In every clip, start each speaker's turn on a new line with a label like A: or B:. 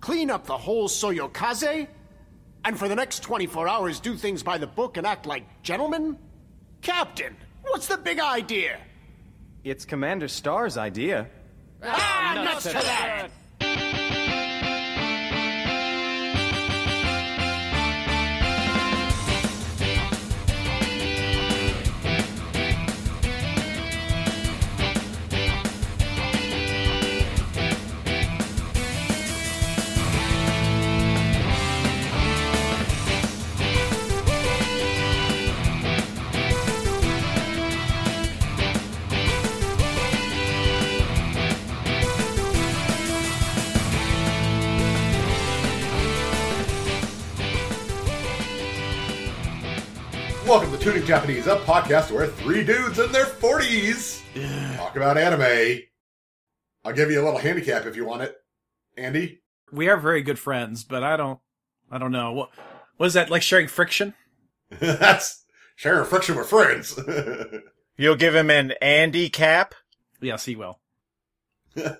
A: clean up the whole Soyokaze, and for the next 24 hours do things by the book and act like gentlemen? Captain, what's the big idea?
B: It's Commander Star's idea.
A: Ah, nuts to that!
C: Welcome to Tuning Japanese, a podcast where three dudes in their 40s talk about anime. I'll give you a little handicap if you want it. Andy?
D: we are very good friends, but I don't, I don't know what was that like sharing friction.
C: That's sharing friction with friends.
E: You'll give him an Andy Cap,
D: Yes, he will.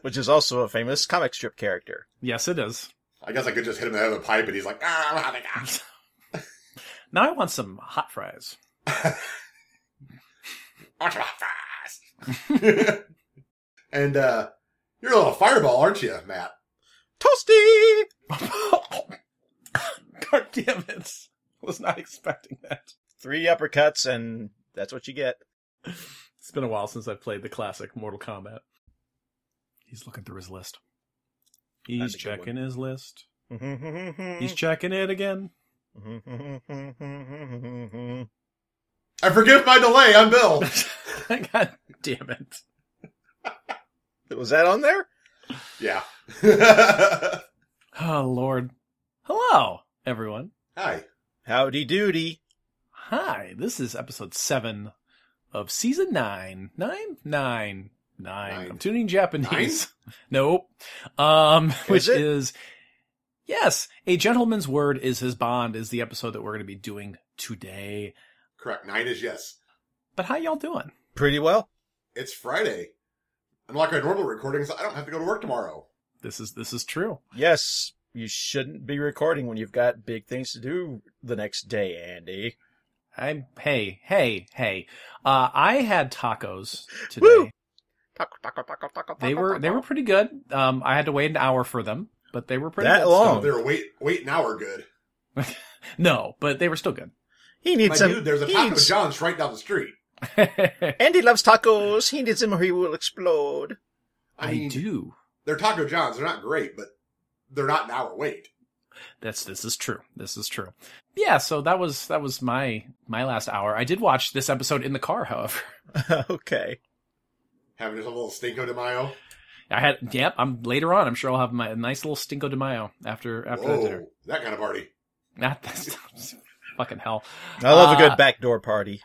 E: which is also a famous comic strip character.
D: Yes, it is.
C: I guess I could just hit him in the head with a pipe and he's like, ah, I'm having ah."
D: Now I want some hot fries.
C: Watch my fries. and uh, you're a little fireball, aren't you, Matt?
E: Toasty!
D: God damn it! Was not expecting that.
E: Three uppercuts, and that's what you get.
D: It's been a while since I've played the classic Mortal Kombat. He's looking through his list. He's
E: That's a good
D: checking his list. He's
E: He's
D: checking it again.
C: I forgive my delay. I'm Bill.
D: God damn it!
E: Was that on there?
C: yeah.
D: Oh Lord! Hello, everyone.
C: Hi.
E: Howdy doody.
D: Hi, this is episode seven of season nine. Nine? Nine. Nine.
C: Nine.
D: I'm tuning Japanese. Nope. Um, which
E: it?
D: is, yes, A Gentleman's Word is His Bond is the episode that we're going to be doing today.
C: Correct. Nine is yes.
D: But how y'all doing?
E: Pretty well.
C: It's Friday. Unlike our normal recordings, I don't have to go to work tomorrow.
D: This is, this is true.
E: Yes, you shouldn't be recording when you've got big things to do the next day, Andy.
D: I'm, hey, hey, hey. Uh, I had tacos today.
E: Woo!
D: They were, they were pretty good. Um, I had to wait an hour for them, but they were pretty
E: That
D: good.
E: long?
C: They were wait wait an hour good.
D: No, but they were still good.
E: He needs
C: My
E: some.
C: dude, there's a
E: he
C: Taco
E: needs-
C: John's right down the street.
E: Andy loves tacos. He needs them or he will explode.
C: I,
D: I
C: mean,
D: do.
C: they're Taco John's. They're not great, but they're not an hour wait.
D: That's this is true. This is true. Yeah, so that was that was my my last hour. I did watch this episode in the car, however.
E: okay.
C: Having just a little stinko de mayo.
D: I had
C: Uh-huh.
D: yep, I'm later on, I'm sure I'll have my a nice little stinko de mayo after after the dinner.
C: Whoa, that kind of party.
D: Not this fucking hell.
E: I love a
D: Uh,
C: Ah.
E: good backdoor party.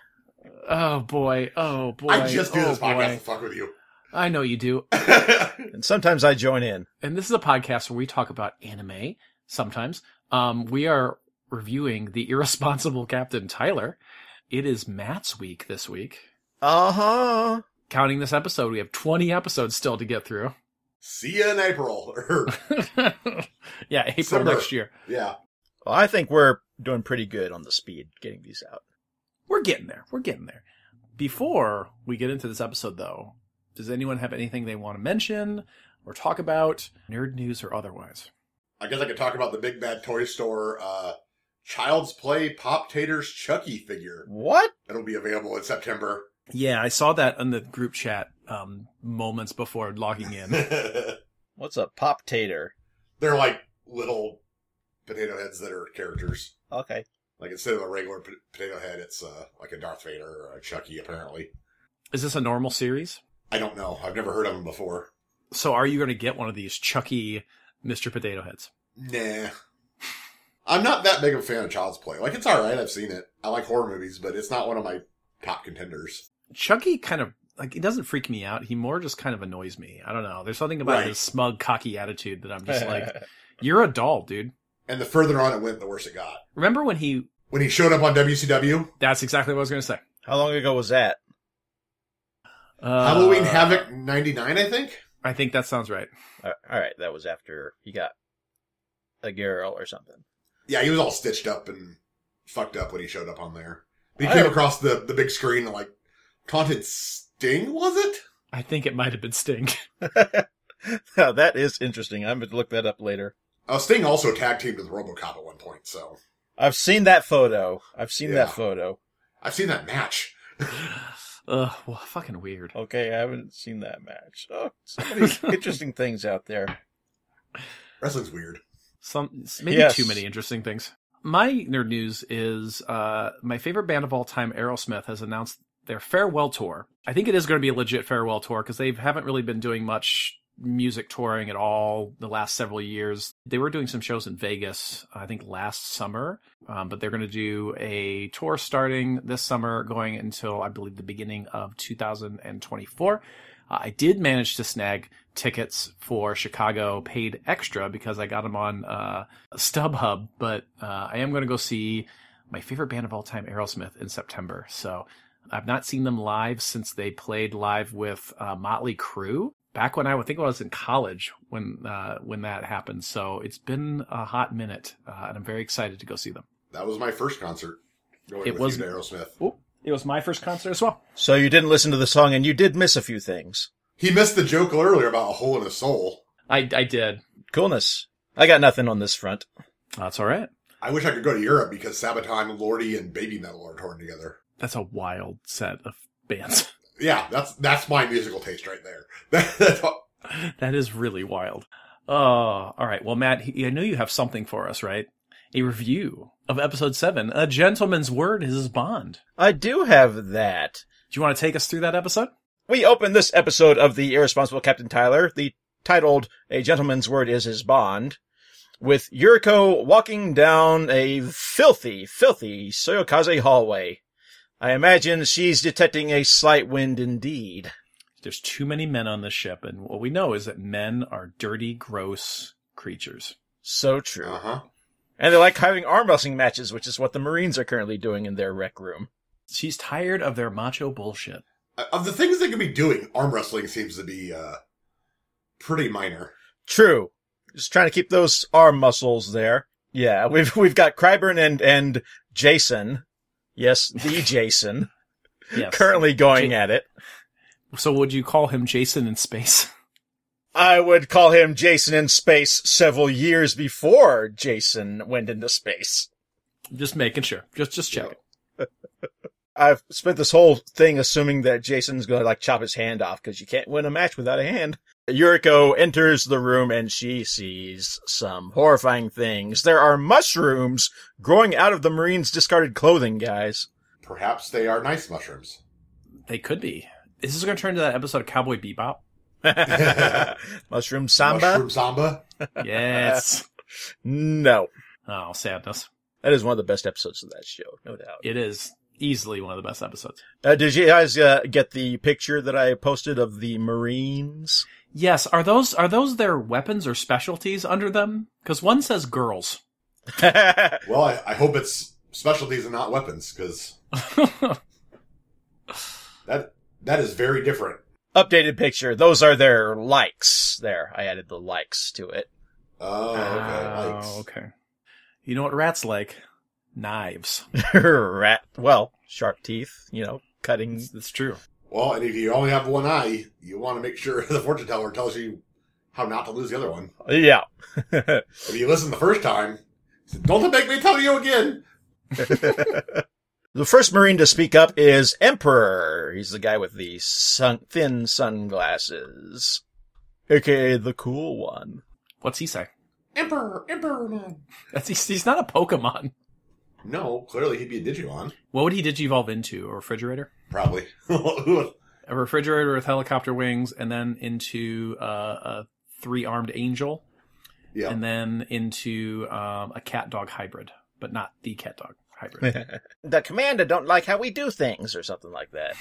D: Oh boy. Oh boy.
C: I just do
D: oh,
C: this podcast to
D: boy.
C: fuck with you.
D: I know you do.
E: And sometimes I join in.
D: And this is a podcast where we talk about anime sometimes. Um we are reviewing the irresponsible Captain Tyler. It is Matt's week this week.
E: Uh huh.
D: counting this episode, we have 20 episodes still to get through.
C: See you in April. Or,
D: yeah, April
C: Summer.
D: next year.
C: yeah.
E: Well, I think we're doing pretty good on the speed getting these out.
D: We're getting there. We're getting there. Before we get into this episode, though, does anyone have anything they want to mention or talk about, nerd news or otherwise?
C: I guess I could talk about the big bad toy store uh, Child's Play Pop Taters Chucky figure.
E: What?
C: It'll be available in September.
D: Yeah, I saw that in the group chat um, moments before logging in.
C: they're
E: What's a pop tater?
C: like little potato heads that are characters.
E: Okay.
C: Like instead of a regular p- potato head, it's uh, like a Darth Vader or a Chucky. Apparently,
D: Is this a normal series?
C: I don't know. I've never heard of them before.
D: So are you going to get one of these Chucky Mr. Potato Heads?
C: Nah, I'm not that big of a fan of Child's Play. Like it's all right. I've seen it. I like horror movies, but it's not one of my top contenders.
D: Chucky kind of like he doesn't freak me out. He more just kind of annoys me. I don't know. There's something about
C: Right.
D: his smug, cocky attitude that I'm just like, you're a doll, dude.
C: And the further on it went, the worse it got.
D: Remember when he?
C: When he showed up on WCW,
D: That's exactly what I was going to say.
E: How long ago was that?
D: Uh,
C: Halloween Havoc '99, I think.
D: I think that sounds right.
E: All right, that was after he got a girl or something.
C: Yeah, he was all stitched up and fucked up when he showed up on there. He
E: I-
C: came across the, the big screen and like taunted Sting, was it?
D: I think it might have been Sting.
E: Now, that is interesting. I'm going to look that up later.
C: Uh, Sting also tag teamed with RoboCop at one point, so
E: I've seen that photo. I've seen
C: Yeah.
E: that photo.
C: I've seen that match.
D: Ugh, well, fucking weird.
E: Okay, I haven't seen that match. Oh, so many interesting things out there.
C: Wrestling's weird.
D: Some maybe
E: Yes.
D: too many interesting things. My nerd news is uh, my favorite band of all time, Aerosmith, has announced their farewell tour. I think it is going to be a legit farewell tour because they haven't really been doing much music touring at all the last several years. They were doing some shows in Vegas, I think last summer, um, but they're going to do a tour starting this summer, going until I believe the beginning of 2024. Uh, I did manage to snag tickets for Chicago paid extra because I got them on uh, StubHub, but uh, I am going to go see my favorite band of all time, Aerosmith, in September. So I've not seen them live since they played live with uh, Motley Crue back when I would think I was in college when uh, when that happened. So it's been a hot minute, uh, and I'm very excited to go see them.
C: That was my first concert. Going
D: It
C: with
D: wasn't-
C: you to Aerosmith.
D: It was my first concert as well.
E: So you didn't listen to the song, and you did miss a few things.
C: He missed the joke earlier about a hole in his soul.
D: I I did.
E: Coolness. I got nothing on this front.
D: That's all right.
C: I wish I could go to Europe because Sabaton, Lordy, and Baby Metal are torn together.
D: That's a wild set of bands.
C: Yeah, that's that's my musical taste right there. That's all-
D: that is really wild. Oh, all right. Well, Matt, he- I know you have something for us, right? A review of episode seven. A gentleman's word is his bond.
E: I do have that.
D: Do you want to take us through that episode?
E: We open this episode of The Irresponsible Captain Tyler, the titled A Gentleman's Word is His Bond, with Yuriko walking down a filthy, filthy Soyokaze hallway. I imagine she's detecting a slight wind indeed.
D: There's too many men on this ship, and what we know is that men are dirty, gross creatures.
E: So true.
C: uh-huh.
E: And they like having arm wrestling matches, which is what the Marines are currently doing in their rec room.
D: She's tired of their macho bullshit.
C: Of the things they could be doing, arm wrestling seems to be uh pretty minor.
E: True. Just trying to keep those arm muscles there. Yeah, we've we've got Cryburn and and Jason. Yes, the Jason
D: Yes.
E: currently going
D: J-
E: at it.
D: So would you call him Jason in space?
E: I would call him Jason in space several years before Jason went into space.
D: just making sure. Just just checking.
E: I've spent this whole thing assuming that Jason's going to like chop his hand off because you can't win a match without a hand. Yuriko enters the room and she sees some horrifying things. There are mushrooms growing out of the Marines' discarded clothing, guys.
C: Perhaps they are nice mushrooms.
D: They could be. Is this going to turn into that episode of Cowboy Bebop?
E: Mushroom samba?
C: Mushroom samba.
D: Yes.
E: No.
D: oh, sadness.
E: That is one of the best episodes of that show, no doubt.
D: It is easily one of the best episodes.
E: Uh, did you guys uh, get the picture that I posted of the Marines?
D: Yes, are those are those their weapons or specialties under them? Because one says girls.
C: Well, I, I hope it's specialties and not weapons, because that that is very different.
E: Updated picture. Those are their likes. There, I added the likes to it.
C: Oh, okay.
D: Ah,
C: likes.
D: okay. You know what rats like? Knives.
E: Rat. Well, sharp teeth. You know, cutting.
D: That's true.
C: Well, and if you only have one eye, you want to make sure the fortune teller tells you how not to lose the other one.
E: Yeah.
C: If you listen the first time, say, don't make me tell you again.
E: The first Marine to speak up is Emperor. He's the guy with the sun- thin sunglasses, aka the cool one.
D: What's he say?
C: Emperor, Emperor Man.
D: That's he's, he's not a Pokemon.
C: No, clearly he'd be a Digimon.
D: What would he digivolve into? A refrigerator?
C: Probably. Ooh,
D: A refrigerator with helicopter wings, and then into uh, a three armed angel,
C: yeah.
D: and then into um, a cat dog hybrid, but not the cat dog hybrid.
E: The commander don't like how we do things, or something like that.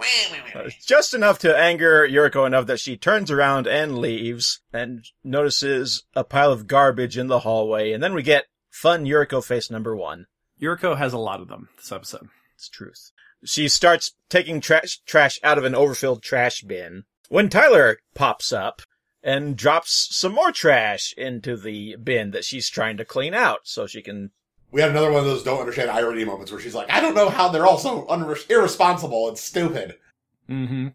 E: Uh, Just enough to anger Yuriko enough that she turns around and leaves and notices a pile of garbage in the hallway. And then we get fun Yuriko face number one.
D: Yuriko has a lot of them this episode.
E: It's truth. She starts taking trash, trash out of an overfilled trash bin when Tyler pops up and drops some more trash into the bin that she's trying to clean out so she can
C: We had another one of those don't understand irony moments where she's like, I don't know how they're all so unre- irresponsible and stupid.
D: Mm-hmm.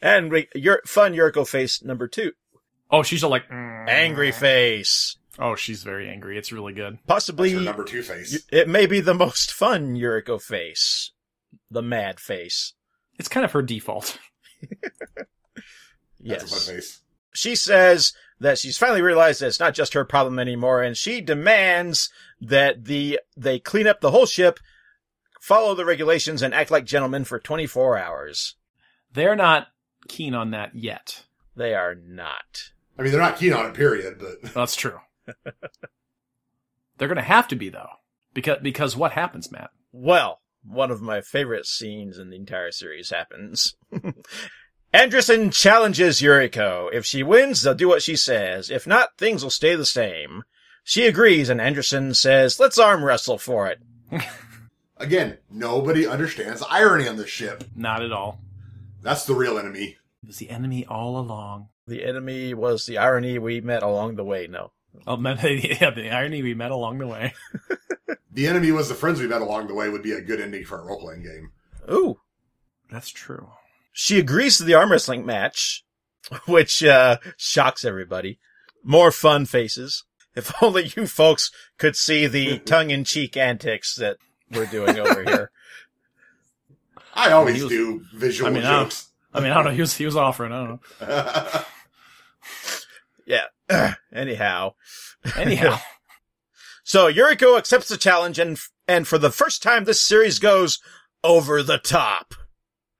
E: and we, your fun Yurko face number two.
D: Oh, she's all like, "Mm."
E: Angry face.
D: Oh, she's very angry. It's really good.
E: Possibly,
C: Her number two face.
E: it may be the most fun Yuriko face. The mad face.
D: It's kind of her default.
E: Yes.
C: That's a fun face.
E: She says that she's finally realized that it's not just her problem anymore, and she demands that the they clean up the whole ship, follow the regulations, and act like gentlemen for 24 hours.
D: They're not keen on that yet.
E: They are not.
C: I mean, they're not keen on it, period, but
D: That's true. They're going to have to be though, because because what happens, Matt?
E: Well, one of my favorite scenes in the entire series happens. Anderson challenges Yuriko. If she wins, they'll do what she says. If not, things will stay the same. She agrees, and Anderson says, "Let's arm wrestle for it."
C: again, nobody understands irony on this ship.
D: Not at all.
C: That's the real enemy.
D: It was the enemy all along.
E: The enemy was the irony we met along the way. No.
D: Oh, man, yeah, the irony we met along the way.
C: The enemy was the friends we met along the way would be a good ending for a role playing game.
E: Ooh.
D: That's true.
E: She agrees to the arm wrestling match, which uh, shocks everybody. More fun faces. If only you folks could see the tongue in cheek antics that we're doing over here.
C: I always
D: he was-
C: do visual
D: I mean, I-
C: jokes.
D: I mean, I don't know. He was he was offering. I don't know.
E: Yeah. Anyhow.
D: Anyhow,
E: So Yuriko accepts the challenge and, and for the first time this series goes over the top.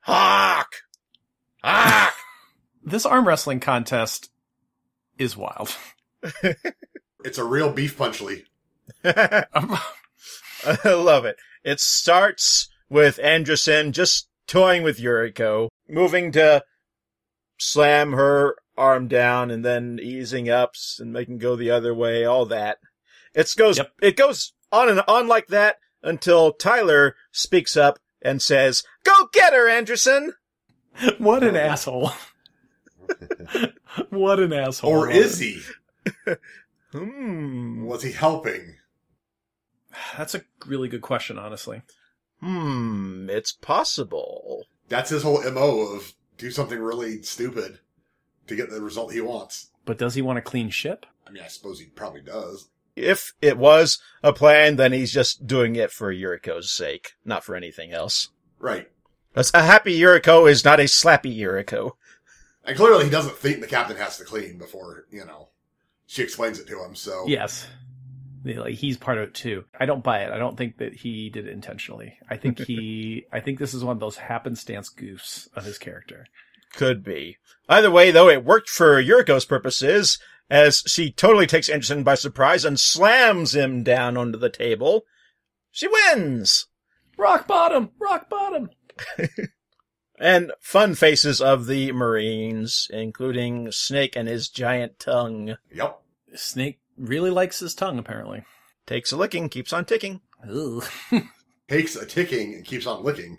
E: Hawk! Hawk!
D: this arm wrestling contest is wild.
C: it's a real beef punchly.
E: I love it. It starts with Anderson just toying with Yuriko, moving to slam her arm down and then easing ups and making go the other way, all that. It goes,
D: Yep.
E: it goes on and on like that until Tyler speaks up and says, go get her, Anderson!
D: what an asshole! what an asshole!
C: Or is he?
E: Hmm.
C: Was he helping?
D: That's a really good question, honestly.
E: Hmm. It's possible.
C: That's his whole MO of do something really stupid to get the result he wants.
D: But does he want a clean ship?
C: I mean, I suppose he probably does.
E: If it was a plan, then he's just doing it for Yuriko's sake, not for anything else.
C: Right.
E: A a happy Yuriko is not a slappy Yuriko.
C: And clearly he doesn't think the captain has to clean before, you know, she explains it to him, so.
D: Yes. They- Like he's part of it too. I don't buy it. I don't think that he did it intentionally. I think he I think this is one of those happenstance goofs of his character.
E: Could be. Either way, though, it worked for Yuriko's purposes, as she totally takes Anderson by surprise and slams him down onto the table. She wins!
D: Rock bottom, rock bottom.
E: And fun faces of the Marines, including Snake and his giant tongue.
C: Yep.
D: Snake really likes his tongue apparently.
E: Takes a licking, keeps on ticking.
D: Ooh.
C: Takes a ticking and keeps on licking.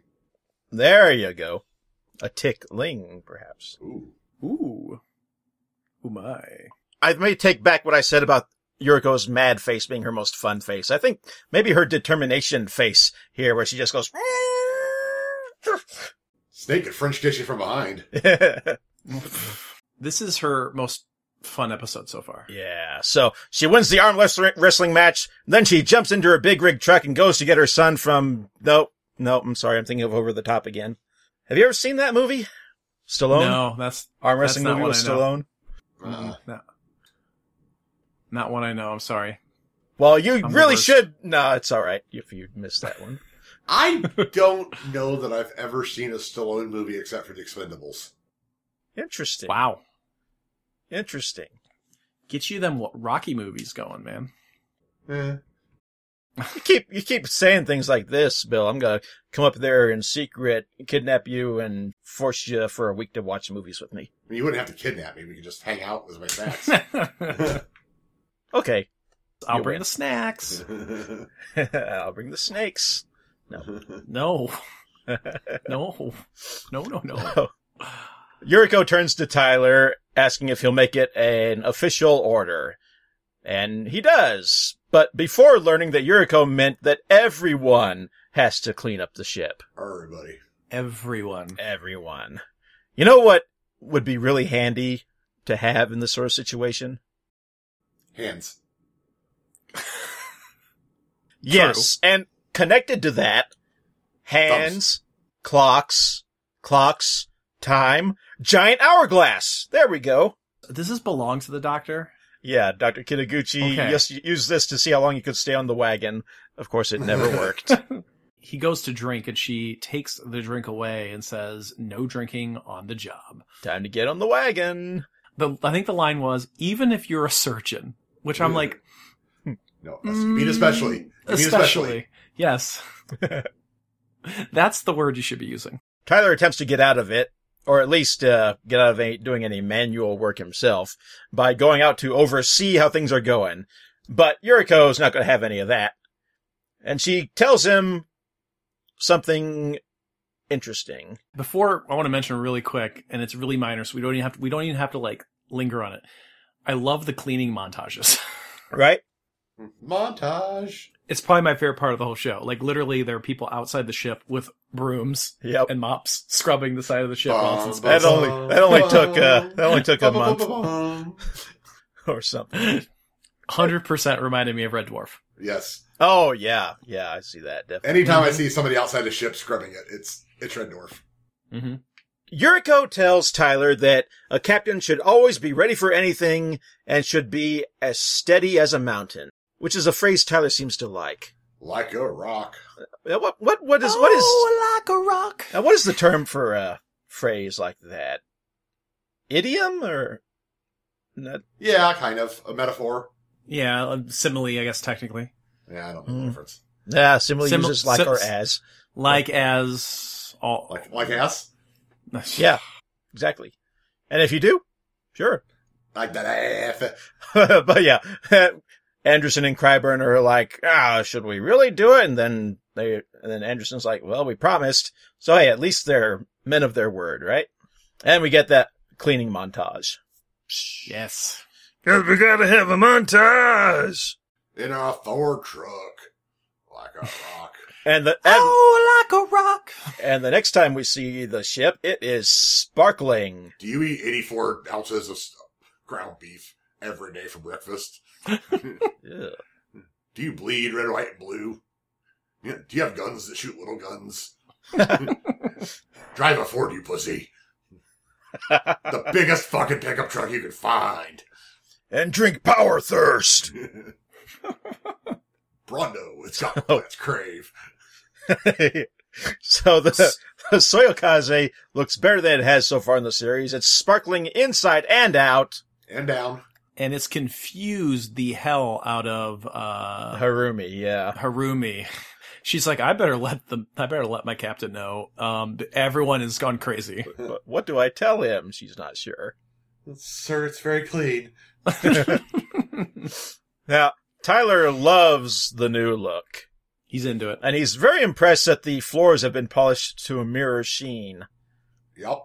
E: There you go. A tickling, perhaps.
C: Ooh.
D: Ooh. Ooh my.
E: I may take back what I said about Yuriko's mad face being her most fun face. I think maybe her determination face here, where she just goes,
C: Snake could French dish you from behind.
E: yeah.
D: This is her most fun episode so far.
E: So she wins the arm wrestling wrestling match. Then she jumps into her big rig truck and goes to get her son from. No, no, I'm sorry, I'm thinking of Over the Top again. Have you ever seen that movie? Stallone
D: No, that's
E: arm
D: that's
E: wrestling
D: not
E: movie
D: one
E: with
D: I know.
E: Stallone.
C: Uh,
D: no. Not one I know, I'm sorry.
E: Well, you
D: the
E: really
D: worst.
E: should. No, it's all right if you missed that one.
C: I don't know that I've ever seen a Stallone movie except for The Expendables.
E: Interesting.
D: Wow.
E: Interesting.
D: Get you them Rocky movies going, man.
C: Eh.
E: You keep you keep saying things like this, Bill. I'm gonna come up there in secret, kidnap you, and force you for a week to watch movies with me.
C: I mean, you wouldn't have to kidnap me. We could just hang out with my snacks.
E: Okay,
D: I'll
E: You
D: bring
E: win.
D: the snacks.
E: I'll bring the snakes.
D: No. No. No, no, no.
E: Yuriko turns to Tyler, asking if he'll make it an official order. And he does, but before learning that Yuriko meant that everyone has to clean up the ship.
C: Everybody.
D: Everyone.
E: Everyone. You know what would be really handy to have in this sort of situation?
C: Hands.
E: Yes. And connected to that, hands, clocks, clocks, time, giant hourglass. There we go.
D: Does this belong to the doctor?
E: Yeah, Dr. Kitaguchi
D: Okay.
E: just used this to see how long you could stay on the wagon. Of course, it never worked.
D: He goes to drink and she takes the drink away and says, no drinking on the job.
E: Time to get on the wagon.
D: The, I think the line was, even if you're a surgeon, which I'm like,
C: No, es- mean especially. You mean
D: Mm, especially. Yes. That's the word you should be using.
E: Tyler attempts to get out of it, or at least uh, get out of any, doing any manual work himself, by going out to oversee how things are going. But Yuriko's not going to have any of that. And she tells him something interesting.
D: Before I want to mention really quick, and it's really minor, so we don't even have to, we don't even have to like linger on it. I love the cleaning montages.
E: Right?
C: Montage.
D: it's probably my favorite part of the whole show. Like literally, there are people outside the ship with brooms
E: Yep.
D: and mops scrubbing the side of the ship. while it's in space.
E: That only- that only took, uh, that only took a month.
C: month.
E: or something.
D: Hundred percent reminded me of Red Dwarf.
C: Yes.
E: Oh, yeah. Yeah, I see that. Definitely.
C: Anytime I see somebody outside a ship scrubbing it, it's it's Red Dwarf.
D: Mm-hmm.
E: Yuriko tells Tyler that a captain should always be ready for anything and should be as steady as a mountain, which is a phrase Tyler seems to like.
C: Like a rock.
E: Uh, What what what is what is
D: Oh, like a rock?
E: uh, what is the term for a phrase like that? Idiom or not?
C: Yeah, kind of. A metaphor.
D: Yeah, a simile, I guess technically.
C: Yeah, I don't know the
E: Mm.
C: difference.
E: Nah, simile
D: Simil-
E: uses like
D: sim-
E: or as.
D: Like as all.
C: Like like ass?
E: Yeah, exactly. And if you do, sure.
C: Like that ass.
E: but yeah, Anderson and Cryburn are like, ah, should we really do it? And then they, and then Anderson's like, well, we promised. So hey, at least they're men of their word, right? And we get that cleaning montage.
D: Yes.
E: we gotta have a montage.
C: In a Ford truck. Like a rock.
E: And the
D: Oh, like a rock.
E: and the next time we see the ship, it is sparkling.
C: Do you eat 84 ounces of s- ground beef every day for breakfast?
E: Ugh.
C: Do you bleed red, white, and blue? Yeah, Do you have guns that shoot little guns? Drive a Ford, you pussy. the biggest fucking pickup truck you can find.
E: And drink power thirst.
C: Brondo, it's got
E: Oh.
C: plants crave.
E: so the, the Soyokaze looks better than it has so far in the series. It's sparkling inside and out.
C: And down.
D: And it's confused the hell out of uh
E: Harumi, yeah.
D: Harumi. She's like, I better let the I better let my captain know. Um, everyone has gone crazy.
E: But what do I tell him? She's not sure.
C: Sir, it's very clean.
E: Now, Tyler loves the new look,
D: He's into it.
E: and he's very impressed that the floors have been polished to a mirror sheen.
C: Yep.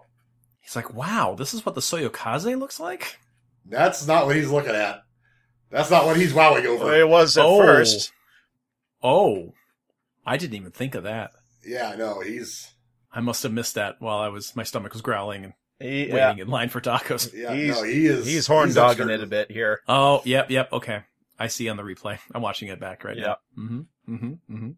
D: He's like, wow, this is what the Soyokaze looks like.
C: That's not what he's looking at. That's not what he's wowing over.
E: It was at
D: Oh.
E: first.
D: Oh, I didn't even think of that.
C: Yeah, no, he's
D: I must have missed that while I was my stomach was growling and
E: He- yeah,
D: waiting in line for tacos.
C: yeah,
E: He's-
C: no, he is
E: he's horn dogging
C: absurd.
E: it a bit here.
D: Oh, yep, yep. Okay, I see on the replay. I'm watching it back right
E: Yeah.
D: now. Mm-hmm. Mm-hmm. Mm-hmm.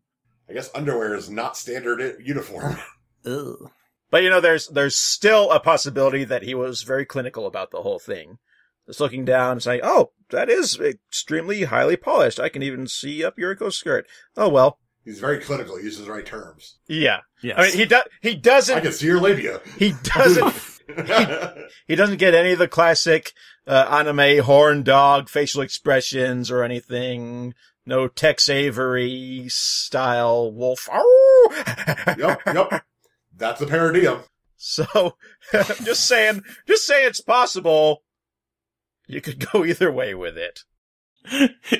C: I guess underwear is not standard i- uniform.
D: Ugh.
E: But you know, there's there's still a possibility that he was very clinical about the whole thing. Just looking down and saying, "Oh, that is extremely highly polished. I can even see up Yuriko's skirt." Oh well,
C: He's very clinical. He uses the right terms.
E: yeah.
D: Yes.
E: I mean, he does. He
C: I
E: doesn't.
C: can see your labia.
E: He doesn't He doesn't get any of the classic uh, anime horn dog facial expressions or anything. No Tex Avery style wolf. Ow!
C: yep, yep. That's a paradigm.
E: so, just saying, just say it's possible. You could go either way with it.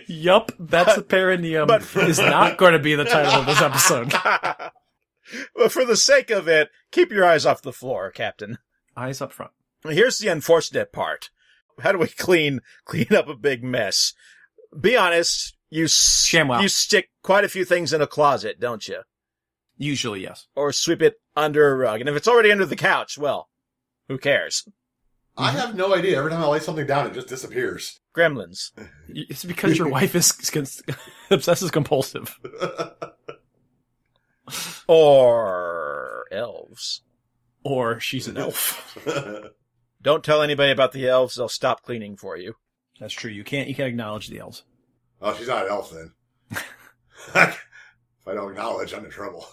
D: yup, that's a perineum.
E: But-
D: is not going to be the title of this episode.
E: but for the sake of it, keep your eyes off the floor, Captain.
D: Eyes up front.
E: Here's the unfortunate part. How do we clean clean up a big mess? Be honest, you s-
F: ShamWow.
E: you stick quite a few things in a closet, don't you?
F: Usually, yes.
E: Or sweep it under a rug. And if it's already under the couch, well, who cares?
C: I have no idea. Every time I lay something down, it just disappears.
E: Gremlins.
F: It's because your wife is obsessive compulsive.
E: Or elves.
F: Or she's an elf.
E: Don't tell anybody about the elves, they'll stop cleaning for you.
F: That's true. You can't you can't acknowledge the elves.
C: oh, she's not an elf then. if I don't acknowledge, I'm in trouble.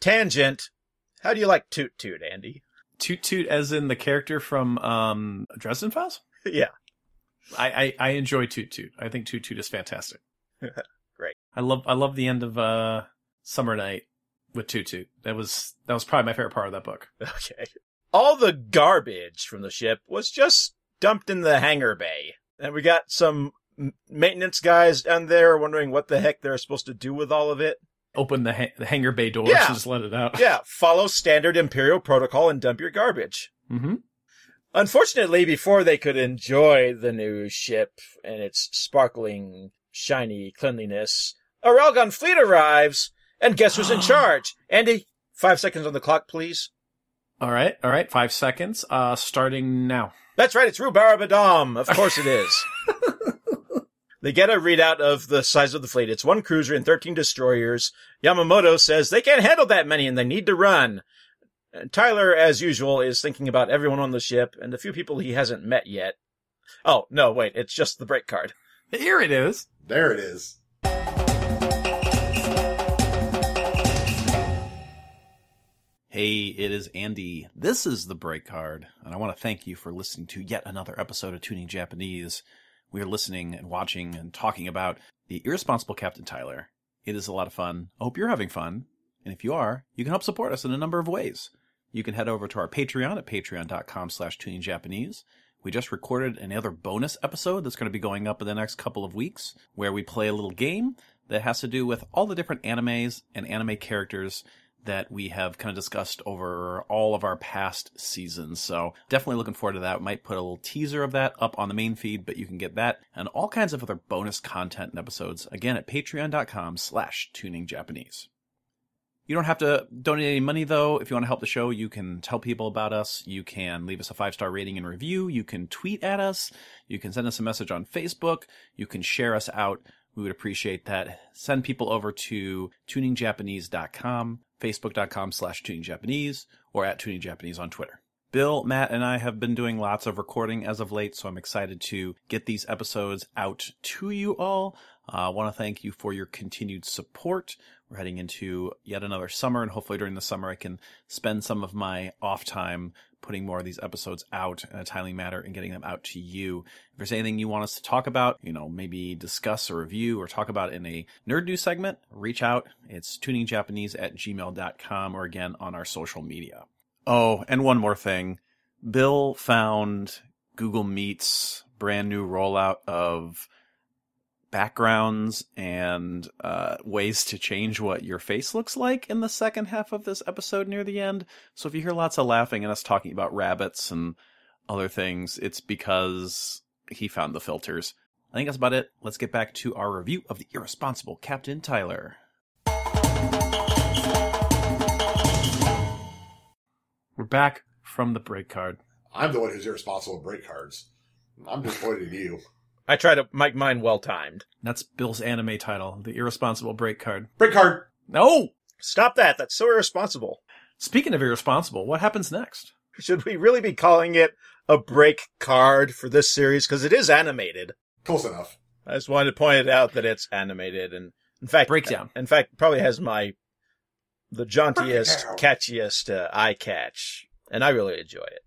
E: Tangent. How do you like Toot Toot, Andy?
F: Toot Toot as in the character from um Dresden Files?
E: Yeah.
F: I, I, I enjoy Toot Toot. I think Toot Toot is fantastic.
E: Great.
F: I love I love the end of uh Summer Night with Toot Toot. That was that was probably my favorite part of that book.
E: Okay. All the garbage from the ship was just dumped in the hangar bay. And we got some m- maintenance guys down there wondering what the heck they're supposed to do with all of it.
F: Open the, ha- the hangar bay doors
E: Yeah.
F: and just let it out.
E: Yeah, follow standard Imperial protocol and dump your garbage.
F: Mm-hmm.
E: Unfortunately, before they could enjoy the new ship and its sparkling, shiny cleanliness, a Ralgon fleet arrives, and guess who's in charge? Andy, five seconds on the clock, please.
F: All right, all right. Five seconds. Uh, starting now.
E: That's right, it's Rubar Badam. Of course it is. they get a readout of the size of the fleet. It's one cruiser and 13 destroyers. Yamamoto says they can't handle that many and they need to run. And Tyler, as usual, is thinking about everyone on the ship and the few people he hasn't met yet. Oh, no, wait, it's just the break card.
F: Here it is.
C: there it is.
D: Hey, it is Andy. This is the break card, and I want to thank you for listening to yet another episode of Tuning Japanese. We are listening and watching and talking about the irresponsible Captain Tyler. It is a lot of fun. I hope you're having fun. And if you are, you can help support us in a number of ways. You can head over to our Patreon at patreon.com slash tuningjapanese. We just recorded another bonus episode that's going to be going up in the next couple of weeks where we play a little game that has to do with all the different animes and anime characters that we have kind of discussed over all of our past seasons. So definitely looking forward to that. We might put a little teaser of that up on the main feed, but you can get that and all kinds of other bonus content and episodes again at patreon.com slash tuning Japanese. You don't have to donate any money though. If you want to help the show, you can tell people about us. You can leave us a five star rating and review. You can tweet at us. You can send us a message on Facebook. You can share us out. We would appreciate that. Send people over to tuningjapanese.com, facebook.com slash tuningjapanese, or at tuningjapanese on Twitter. Bill, Matt, and I have been doing lots of recording as of late, so I'm excited to get these episodes out to you all. Uh, I want to thank you for your continued support. We're heading into yet another summer, and hopefully during the summer I can spend some of my off time putting more of these episodes out in a timely manner and getting them out to you. If there's anything you want us to talk about, you know, maybe discuss or review or talk about in a nerd news segment, reach out. It's tuningjapanese at gmail.com or again on our social media. Oh, and one more thing. Bill found Google Meet's brand new rollout of backgrounds and uh, ways to change what your face looks like in the second half of this episode near the end. So if you hear lots of laughing and us talking about rabbits and other things, it's because he found the filters. I think that's about it. Let's get back to our review of the irresponsible Captain Tyler.
F: We're back from the break card.
C: I'm the one who's irresponsible with break cards. I'm disappointed in you.
E: I try to make mine well timed.
F: That's Bill's anime title, the irresponsible break card.
C: Break card.
D: Oh!
F: No.
E: Stop that, that's so irresponsible.
F: Speaking of irresponsible, what happens next?
E: Should we really be calling it a break card for this series? Because it is animated.
C: Close enough.
E: I just wanted to point it out that it's animated, and in fact,
F: Breakdown.
E: In fact, probably has my the jauntiest, catchiest uh, eye catch, and I really enjoy it.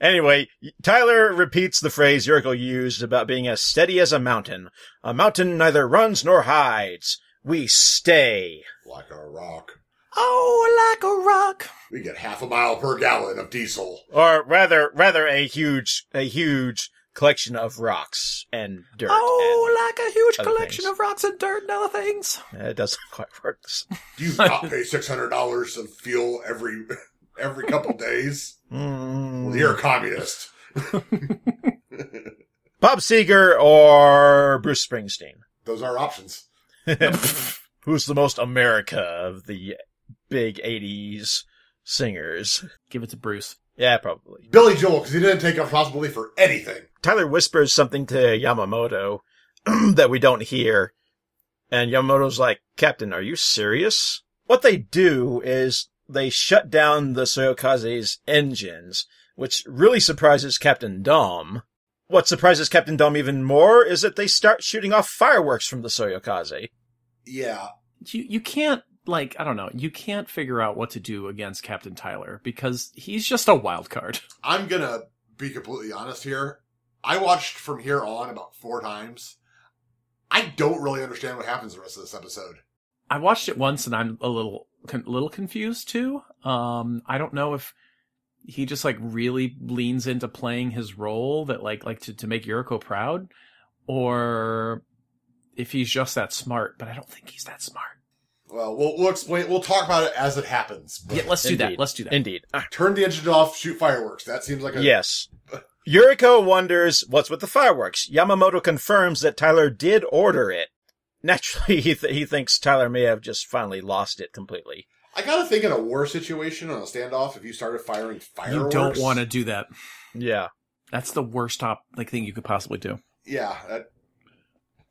E: Anyway, Tyler repeats the phrase Yurko used about being as steady as a mountain. A mountain neither runs nor hides. We stay.
C: Like a rock.
D: Oh, like a rock.
C: We get half a mile per gallon of diesel.
E: Or rather, rather a huge, a huge collection of rocks and dirt.
D: Oh,
C: Oh!
D: like a huge
E: Other collection things.
D: of rocks and dirt and other things.
E: and- it doesn't quite work.
C: Do you not pay six hundred dollars of fuel every every couple days.
E: Hmm.
C: Well, you're a communist.
E: Bob Seger or Bruce Springsteen?
C: Those are options.
E: Who's the most America of the big 80s singers?
D: Give it to Bruce.
E: Yeah, probably.
C: Billy Joel, because he didn't take responsibility for anything.
E: Tyler whispers something to Yamamoto that we don't hear. And Yamamoto's like, Captain, are you serious? What they do is they shut down the Soyokaze's engines, which really surprises Captain Dom. What surprises Captain Dom even more is that they start shooting off fireworks from the Soyokaze.
C: Yeah.
D: You you can't like I don't know. You can't figure out what to do against Captain Tyler because he's just a wild card.
C: I'm going to be completely honest here. I watched from here on about four times. I don't really understand what happens the rest of this episode.
D: I watched it once and I'm a little con- little confused too. Um, I don't know if he just like really leans into playing his role that like like to to make Yuriko proud, or if he's just that smart. But I don't think he's that smart.
C: Well, we'll, we'll explain. We'll talk about it as it happens. But
D: Yeah, let's do
E: Indeed.
D: that. Let's do that.
E: Indeed.
C: turn the engine off. Shoot fireworks. That seems like a
E: Yes. Yuriko wonders what's with the fireworks. Yamamoto confirms that Tyler did order it. Naturally, he, th- he thinks Tyler may have just finally lost it completely.
C: I gotta think in a war situation on a standoff, if you started firing
D: you
C: fireworks,
D: don't want to do that.
E: Yeah.
D: That's the worst top like thing you could possibly do.
C: Yeah, that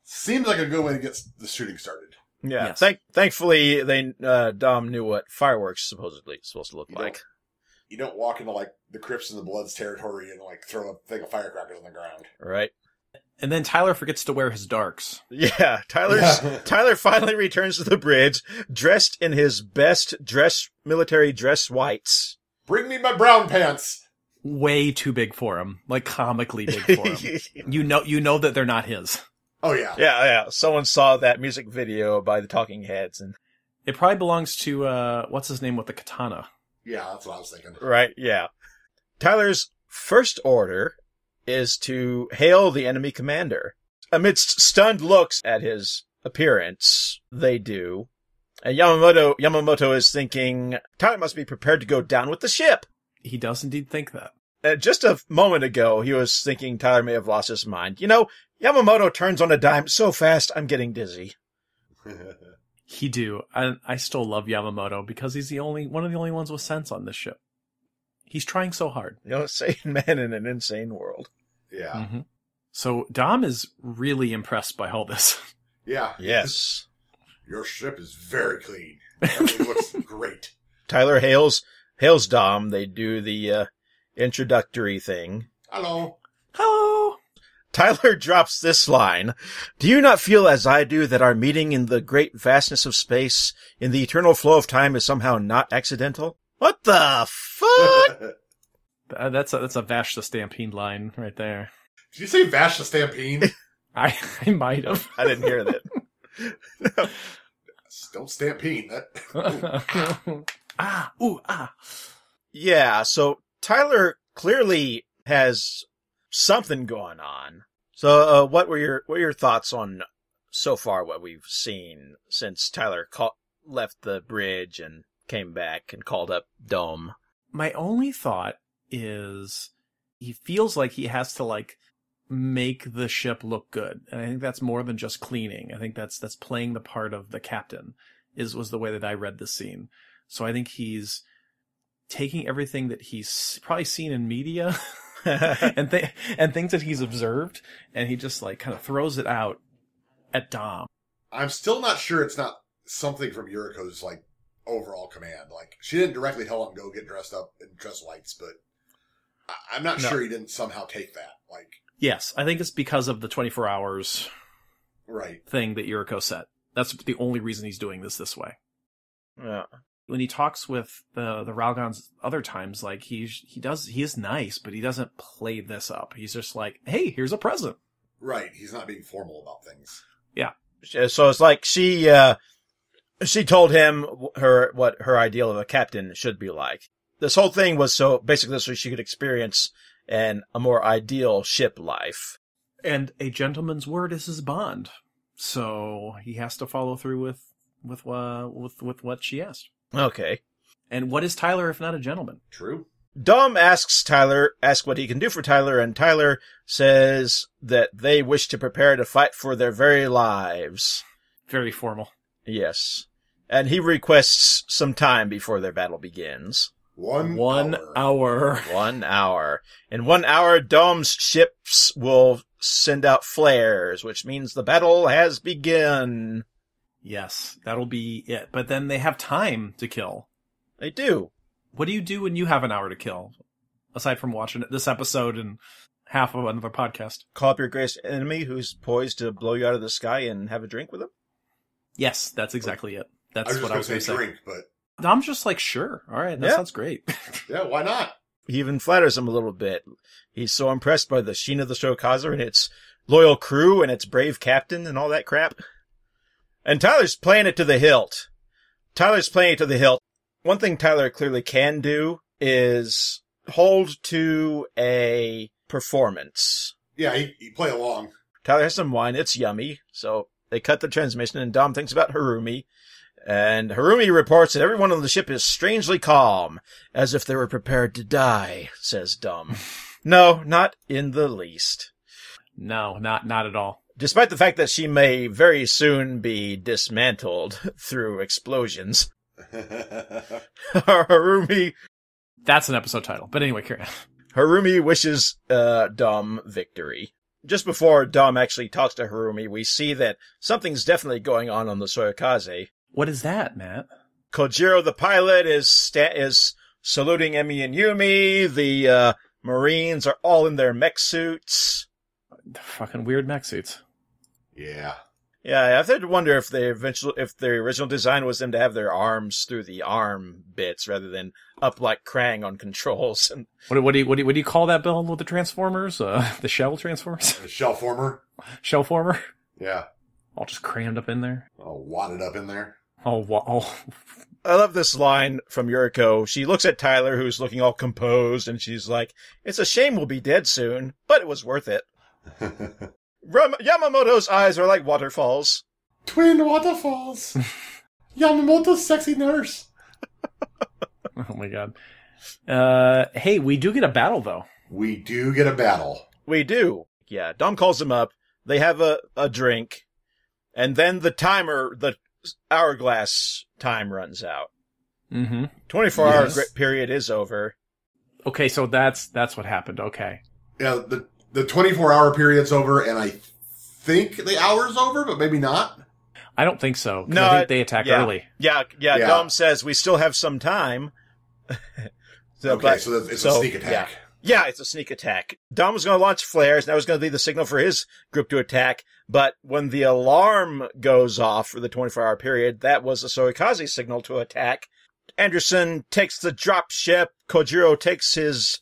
C: seems like a good way to get the shooting started.
E: Yeah.
D: Yes.
E: Thank- thankfully, they, uh, Dom knew what fireworks supposedly is supposed to look
C: You
E: like.
C: don't, you don't walk into like the Crips and the Bloods territory and like throw a thing of firecrackers on the ground.
E: Right?
D: And then Tyler forgets to wear his darks.
E: Yeah. Tyler's,
C: Yeah.
E: Tyler finally returns to the bridge dressed in his best dress, military dress whites.
C: Bring me my brown pants.
D: Way too big for him, like comically big for him. you know, you know that they're not his.
C: Oh yeah,
E: Yeah, yeah. Someone saw that music video by the Talking Heads, and
D: It probably belongs to uh, what's his name with the katana.
C: yeah, that's what I was thinking.
E: right, yeah. Tyler's first order is to hail the enemy commander. Amidst stunned looks at his appearance, they do. And Yamamoto Yamamoto is thinking Tyler must be prepared to go down with the ship.
D: He does indeed think that.
E: Uh, just a moment ago, he was thinking Tyler may have lost his mind. You know, Yamamoto turns on a dime so fast, I'm getting dizzy.
D: He do. I, I still love Yamamoto because he's the only one of the only ones with sense on this ship. He's trying so hard.
E: You know, sane man in an insane world.
C: yeah,
D: Mhm. So Dom is really impressed by all this.
C: yeah.
E: Yes.
C: Your ship is very clean. Everything looks great.
E: Tyler hails hails Dom. They do the uh, introductory thing.
C: Hello.
D: Hello.
E: Tyler drops this line: "Do you not feel as I do that our meeting in the great vastness of space, in the eternal flow of time, is somehow not accidental?" What the fuck?
C: Did
D: Uh, that's a, that's a Vash the Stampede line right there.
C: you say Vash the Stampede?
D: I I might have.
E: I didn't hear that.
C: Don't stampede. That
D: ah, ooh, ah.
E: Yeah. So Tyler clearly has something going on. So, uh, what were your what are your thoughts on so far what we've seen since Tyler ca- left the bridge and came back and called up Dome?
D: My only thought is he feels like he has to like make the ship look good. And I think that's more than just cleaning. I think that's that's playing the part of the captain is was the way that I read the scene. So I think he's taking everything that he's probably seen in media and th- and things that he's observed and he just like kind of throws it out at Dom.
C: I'm still not sure it's not something from Yuriko's like overall command. Like she didn't directly tell him go get dressed up and dress lights, but I- I'm not
D: No.
C: sure he didn't somehow take that. Like
D: Yes, I think it's because of the 24 hours
C: right,
D: thing that Yuriko said. That's the only reason he's doing this this way.
E: Yeah.
D: When he talks with the the Ralgons other times, like he's he does he is nice, but he doesn't play this up. He's just like, hey, here's a present.
C: right. He's not being formal about things.
E: So it's like she uh, she told him wh- her what her ideal of a captain should be like. This whole thing was so basically so she could experience an a more ideal ship life.
D: And a gentleman's word is his bond, so he has to follow through with with uh, with with what she asked.
E: Okay.
D: And what is Tyler if not a gentleman?
G: True.
E: Dom asks Tyler, asks what he can do for Tyler, and Tyler says that they wish to prepare to fight for their very lives.
D: Very formal.
E: Yes. And he requests some time before their battle begins.
C: One,
D: One
C: hour.
D: hour.
E: One hour. In one hour, Dom's ships will send out flares, which means the battle has begun.
D: Yes, that'll be it. But then they have time to kill.
E: They do.
D: What do you do when you have an hour to kill? Aside from watching this episode and half of another podcast.
E: Call up your greatest enemy who's poised to blow you out of the sky and have a drink with him.
D: Yes, that's exactly it.
C: I was
D: That's
C: just
D: what I
C: gonna
D: was going to
C: say
D: say.
C: drink, but
D: Dom's just like, sure. All right. That
E: Yeah.
D: sounds great.
C: yeah, why not?
E: He even flatters him a little bit. He's so impressed by the sheen of the Shokazer and its loyal crew and its brave captain and all that crap. And Tyler's playing it to the hilt. Tyler's playing it to the hilt. One thing Tyler clearly can do is hold to a performance.
C: Yeah, he, he play along.
E: Tyler has some wine. It's yummy. So they cut the transmission and Dom thinks about Harumi. And Harumi reports that everyone on the ship is strangely calm, as if they were prepared to die, says Dom. no, not in the least.
D: no, not, not at all.
E: Despite the fact that she may very soon be dismantled through explosions, Harumi,
D: That's an episode title. But anyway, carry on.
E: Harumi wishes, uh, Dom victory. Just before Dom actually talks to Harumi, we see that something's definitely going on on the Soyokaze.
D: What is that, Matt?
E: Kojiro the pilot is sta- is saluting Emi and Yumi. The uh, Marines are all in their mech suits.
D: They're fucking weird mech suits.
C: yeah.
E: Yeah, I have to wonder if they eventually if their original design was them to have their arms through the arm bits rather than up like Krang on controls. And
D: What, do- what, do you, what, do you, what do you call that build with the transformers? Uh, the shell transformers?
C: The shell former.
D: shell former?
C: Yeah.
D: All just crammed up in there.
C: All wadded up in there.
D: Oh, wow. Oh,
E: I love this line from Yuriko. She looks at Tyler, who's looking all composed, and she's like, "It's a shame we'll be dead soon, but it was worth it." Ram- Yamamoto's eyes are like waterfalls.
C: Twin waterfalls. Yamamoto's sexy nurse.
D: oh my god. Uh, hey, we do get a battle though.
C: We do get a battle.
E: We do. Yeah. Dom calls him up. They have a, a drink. And then the timer, the hourglass time runs out.
D: Mm-hmm.
E: 24 hour
C: Yes.
E: gri- period is over.
D: Okay, so that's that's what happened. Okay.
C: Yeah, the the 24 hour period's over, and I think the hour's over, but maybe not.
D: I don't think so. 'cause
E: No,
D: I
E: I-
D: think they attack
E: yeah.
D: early.
E: Yeah. Yeah.
C: Yeah.
E: Dom says we still have some time. so,
C: okay,
E: but-
C: so that's, it's
E: so,
C: a sneak attack.
E: Yeah. yeah. It's a sneak attack. Dom was going to launch flares. And that was going to be the signal for his group to attack. But when the alarm goes off for the 24 hour period, that was the Soikaze signal to attack. Anderson takes the drop ship. Kojiro takes his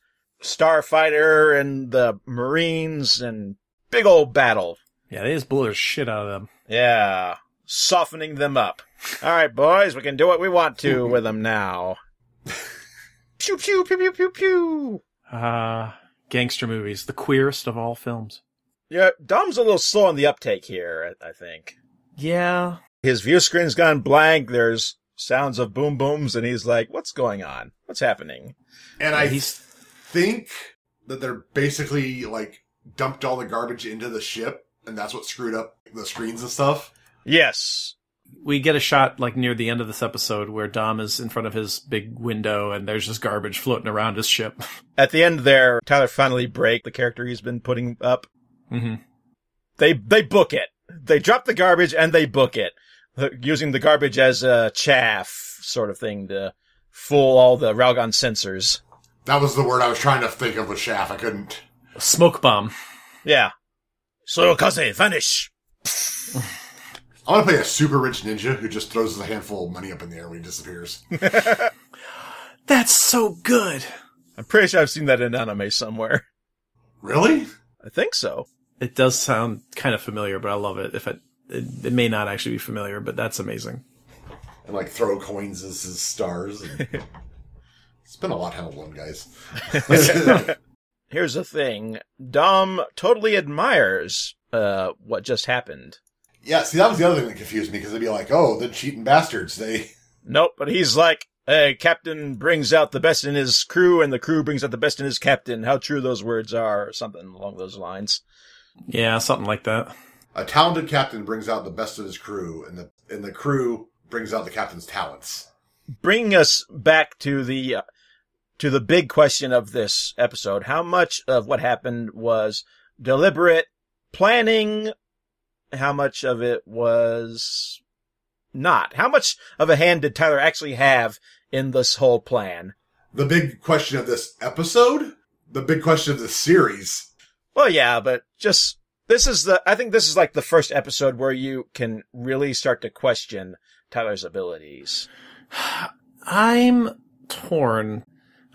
E: starfighter and the Marines and big old battle.
D: Yeah, they just blew their shit out of them.
E: Yeah. Softening them up. All right, boys, we can do what we want to with them now. pew, pew, pew, pew, pew, pew.
D: Uh gangster movies, the queerest of all films.
E: Yeah, Dom's a little slow on the uptake here, I I think.
D: Yeah.
E: his view screen's gone blank. There's sounds of boom booms, and he's like, "What's going on? What's happening?"
C: And I
D: he's-
C: think that they're basically like dumped all the garbage into the ship, and that's what screwed up the screens and stuff.
E: Yes,
D: We get a shot like near the end of this episode where Dom is in front of his big window and there's just garbage floating around his ship.
E: at the end there, Tyler finally break the character he's been putting up.
D: mm-hmm.
E: They they book it. They drop the garbage and they book it, uh, using the garbage as a chaff sort of thing to fool all the Ralgon censors.
C: That was the word I was trying to think of with Shaft. I couldn't.
D: Smoke bomb.
E: Yeah. So Kaze, vanish.
C: I want to play a super rich ninja who just throws a handful of money up in the air when he disappears.
D: That's so good.
E: I'm pretty sure I've seen that in anime somewhere.
C: really?
E: I think so.
D: It does sound kind of familiar, but I love it. If it, it, it may not actually be familiar, but that's amazing.
C: And like throw coins as his stars. And... Spend a lot hell one, guys.
E: here's the thing Dom totally admires uh, what just happened.
C: yeah, see, that was the other thing that confused me because they'd be like, "Oh, the cheating bastards! They
E: Nope, but he's like, a captain brings out the best in his crew and the crew brings out the best in his captain. How true those words are, or something along those lines.
D: Yeah, something like that.
C: A talented captain brings out the best of his crew, and the and the crew brings out the captain's talents.
E: Bringing us back to the, uh, to the big question of this episode. How much of what happened was deliberate planning? How much of it was not? How much of a hand did Tyler actually have in this whole plan?
C: The big question of this episode, the big question of this series.
E: Well, yeah, but just this is the I think this is like the first episode where you can really start to question Tyler's abilities.
D: I'm torn.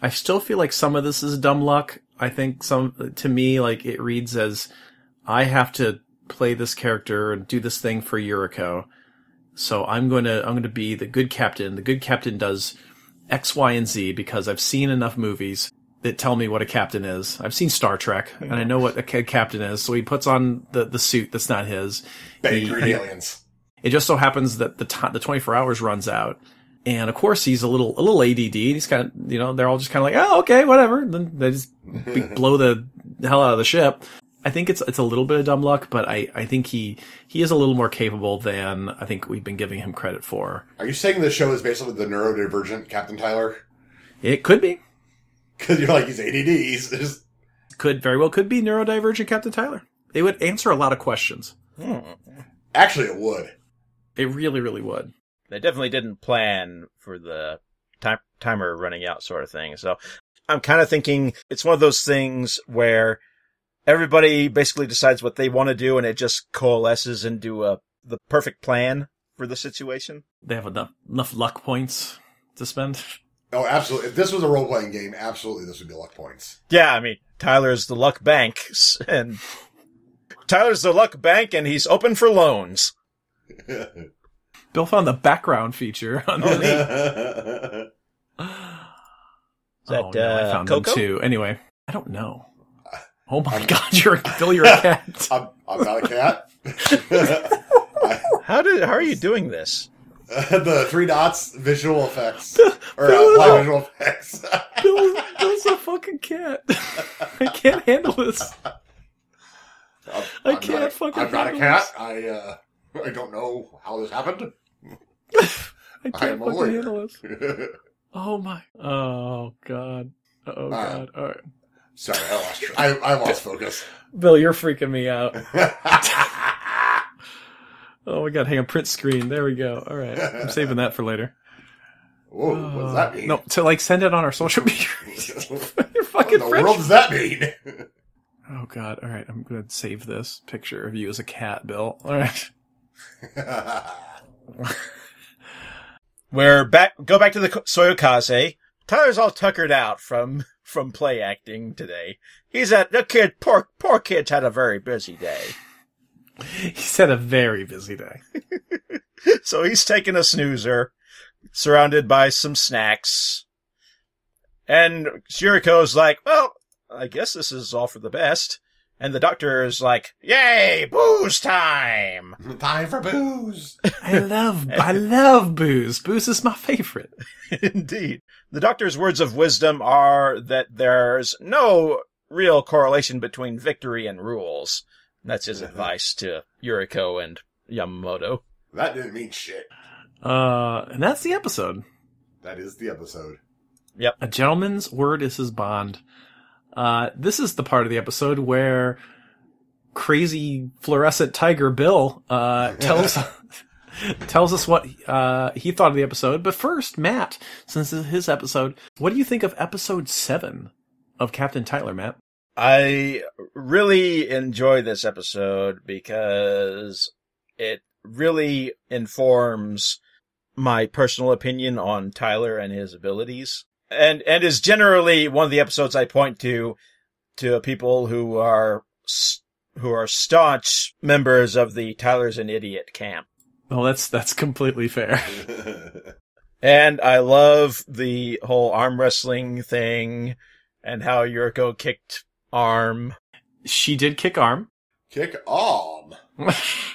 D: I still feel like some of this is dumb luck. I think some, to me, like it reads as I have to play this character and do this thing for Yuriko. So I'm going to, I'm going to be the good captain. The good captain does X, Y, and Z because I've seen enough movies that tell me what a captain is. I've seen Star Trek and I know what a ca- captain is. So he puts on the, the suit that's not his.
C: Betty
D: He-
C: Green aliens.
D: it just so happens that the ti the 24 hours runs out. And of course he's a little, a little ADD. He's kind of, you know, they're all just kind of like, oh, okay, whatever. Then they just b- blow the hell out of the ship. I think it's, it's a little bit of dumb luck, but I, I think he, he is a little more capable than I think we've been giving him credit for.
C: Are you saying this show is basically the neurodivergent Captain Tyler?
D: It could be,
C: Because you're like he's ADD. He's just
D: could very well could be neurodivergent Captain Tyler. It would answer a lot of questions.
C: actually it would.
D: It really, really would.
E: They definitely didn't plan for the time timer running out sort of thing. So I'm kind of thinking it's one of those things where everybody basically decides what they want to do and it just coalesces into a the perfect plan for the situation.
D: They have enough, enough luck points to spend.
C: Oh, absolutely. If this was a role playing game, absolutely this would be luck points.
E: Yeah, I mean, Tyler's the luck bank and Tyler's the luck bank and he's open for loans.
D: Bill found the background feature on
C: Oh,
D: the
C: I
E: Is that,
D: oh, no, I
E: uh,
D: found
E: Coco?
D: them too. Anyway, I don't know. Oh my god, you're Bill, you're a cat.
C: Uh, I'm, I'm not a cat. I-
E: How did how are you doing this?
C: the three dots visual effects or uh,
D: Bill-
C: apply visual effects.
D: Bill, Bill's a fucking cat. I can't handle this.
C: I'm,
D: I
C: I'm
D: can't
C: not a-
D: fucking
C: I'm not a
D: handle
C: cat. I uh, I don't know how this happened.
D: I
C: I'm
D: can't
C: a
D: fucking
C: lawyer.
D: handle this. Oh my. Oh god.
C: Uh,
D: Oh god. All right.
C: Sorry, I lost. I, I lost focus.
D: Bill, you're freaking me out.
C: I
D: Oh my god, hang on, print screen. There we go. All right. I'm saving that for later.
C: Whoa, what does that mean?
D: Uh, No, to like send it on our social media.
C: what
D: you're
C: in
D: fucking
C: the
D: French.
C: world does that mean?
D: Oh god. All right. I'm going to save this picture of you as a cat, Bill. All right.
E: We're back. Go back to the Ko- Soyokaze. eh? Tyler's all tuckered out from from play acting today. He's at the kid. Poor poor kid's had a very busy day,
D: He's had a very busy day.
E: so he's taking a snoozer, surrounded by some snacks. And Shiriko's like, "Well, I guess this is all for the best." And the doctor is like, "Yay, booze time!"
C: Time for booze.
D: I love, I love booze. Booze is my favorite.
E: Indeed. The doctor's words of wisdom are that there's no real correlation between victory and rules. And That's his advice to Yuriko and Yamamoto.
C: That didn't mean shit.
D: Uh, and that's the episode.
C: That is the episode.
D: A gentleman's word is his bond. Uh, this is the part of the episode where crazy fluorescent tiger Bill, uh, tells, tells us what, uh, he thought of the episode. But first, Matt, since this is his episode, what do you think of episode seven of Captain Tyler, Matt?
E: I really enjoy this episode because it really informs my personal opinion on Tyler and his abilities. And, and is generally one of the episodes I point to, to people who are, s- who are staunch members of the Tyler's an idiot camp.
D: Well, that's, that's completely fair.
E: And I love the whole arm wrestling thing and how Yuriko kicked arm.
D: She did kick arm.
C: Kick on.
E: Uh-huh.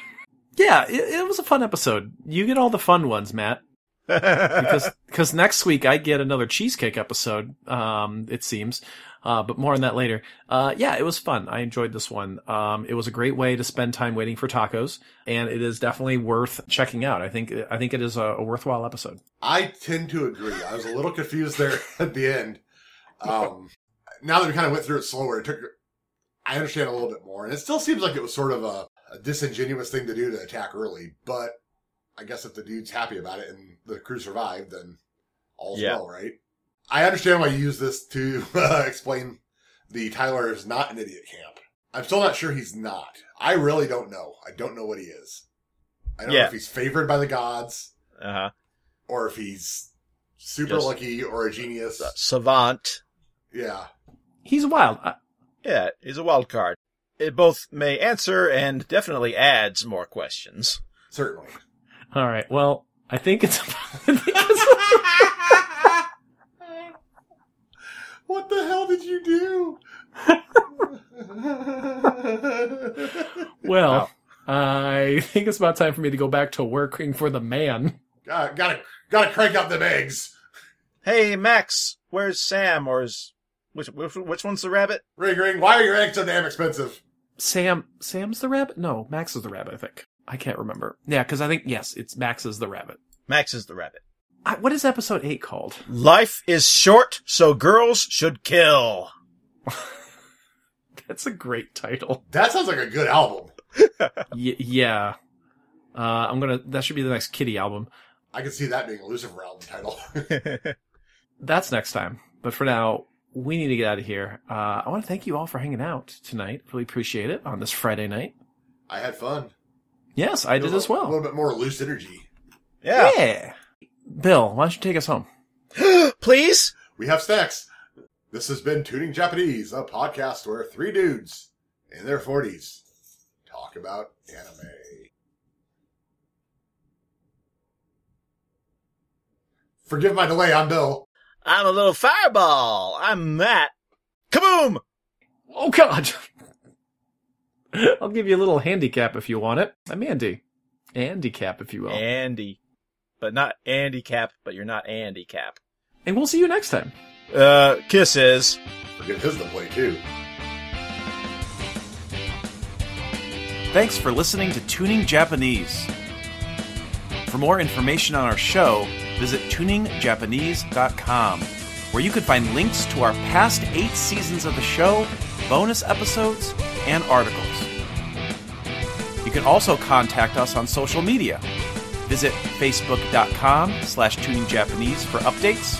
D: yeah, it, it was a fun episode. You get all the fun ones, Matt, because Because next week I get another cheesecake episode. Um, it seems, uh, but more on that later. Uh, yeah, it was fun. I enjoyed this one. Um, it was a great way to spend time waiting for tacos, and it is definitely worth checking out. I think I think it is a, a worthwhile episode.
C: I tend to agree. I was a little confused there at the end. Um, now that we kind of went through it slower, it took. I understand a little bit more, and it still seems like it was sort of a, a disingenuous thing to do to attack early. But I guess if the dude's happy about it and the crew survived, then all's
E: Yeah.
C: well, right? I understand why you use this to uh, explain the Tyler is not an idiot camp. I'm still not sure he's not. I really don't know. I don't know what he is. I don't know
E: Yeah.
C: if he's favored by the gods
E: Uh huh.
C: or if he's super
E: Just-
C: lucky or a genius.
E: Savant.
C: Yeah.
D: He's wild. I,
E: Yeah, he's a wild card. It both may answer and definitely adds more questions.
C: Certainly.
D: all right. Well, I think it's. I think it's-
C: What the hell did you do?
D: well, I think it's about time for me to go back to working for the man.
C: gotta, gotta, gotta crank out them eggs.
E: Hey, Max, where's Sam? Or is which which, which one's the rabbit?
C: Ring, ring. Why are your eggs so damn expensive?
D: Sam, Sam's the rabbit? No, Max is the rabbit. I think. I can't remember. Yeah, because I think yes, it's Max is the rabbit.
E: Max is the rabbit.
D: I, what is episode eight called?
E: Life is short, so girls should kill.
D: That's a great title.
C: That sounds like a good album.
D: Y- yeah. Uh, I'm gonna, that should be the next kitty album.
C: I can see that being a Lucifer album title.
D: That's next time. But for now, we need to get out of here. Uh, I want to thank you all for hanging out tonight. Really appreciate it on this Friday night.
C: I had fun.
D: Yes, I did as
C: A
D: well.
C: little bit more loose energy.
E: yeah.
D: yeah. Bill, why don't you take us home?
E: Please?
C: We have snacks. This has been Tuning Japanese, a podcast where three dudes in their 40s talk about anime. Forgive my delay, I'm Bill.
E: I'm a little fireball. I'm Matt. Kaboom!
D: Oh God. I'll give you a little handicap if you want it. I'm Andy. Handicap, if you will.
E: Eh. Andy. But not Andy Cap, but you're not Andy Cap.
D: And we'll see you next time.
E: Uh, kisses.
C: Forgive his delay, too.
G: Thanks for listening to Tuning Japanese. For more information on our show, visit tuningjapanese.com, where you can find links to our past eight seasons of the show, bonus episodes, and articles. You can also contact us on social media. Visit facebook.com slash tuningjapanese for updates,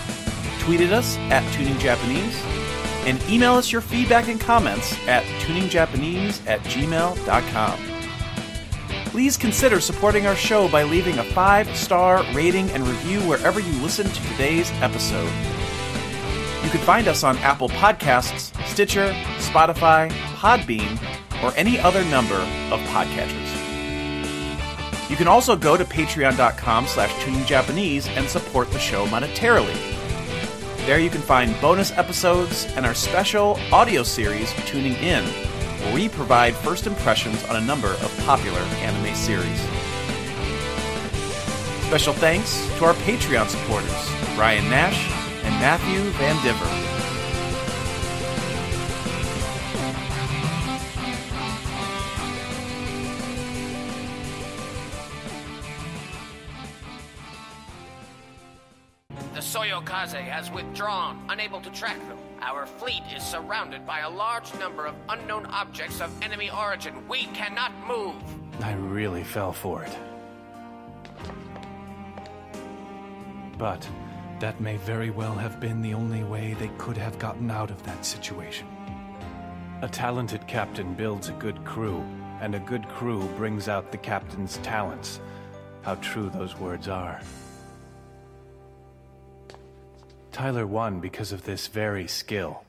G: tweet at us at tuningjapanese, and email us your feedback and comments at tuningjapanese at gmail.com. Please consider supporting our show by leaving a five star rating and review wherever you listen to today's episode. You can find us on Apple Podcasts, Stitcher, Spotify, Podbean, or any other number of podcatchers. You can also go to patreon.com slash tuningjapanese and support the show monetarily. There you can find bonus episodes and our special audio series, Tuning In, where we provide first impressions on a number of popular anime series. Special thanks to our Patreon supporters, Ryan Nash and Matthew Van Diver.
H: The Soyokaze has withdrawn, unable to track them. Our fleet is surrounded by a large number of unknown objects of enemy origin. We cannot move.
G: I really fell for it. But that may very well have been the only way they could have gotten out of that situation. A talented captain builds a good crew, and a good crew brings out the captain's talents. How true those words are. Tyler won because of this very skill.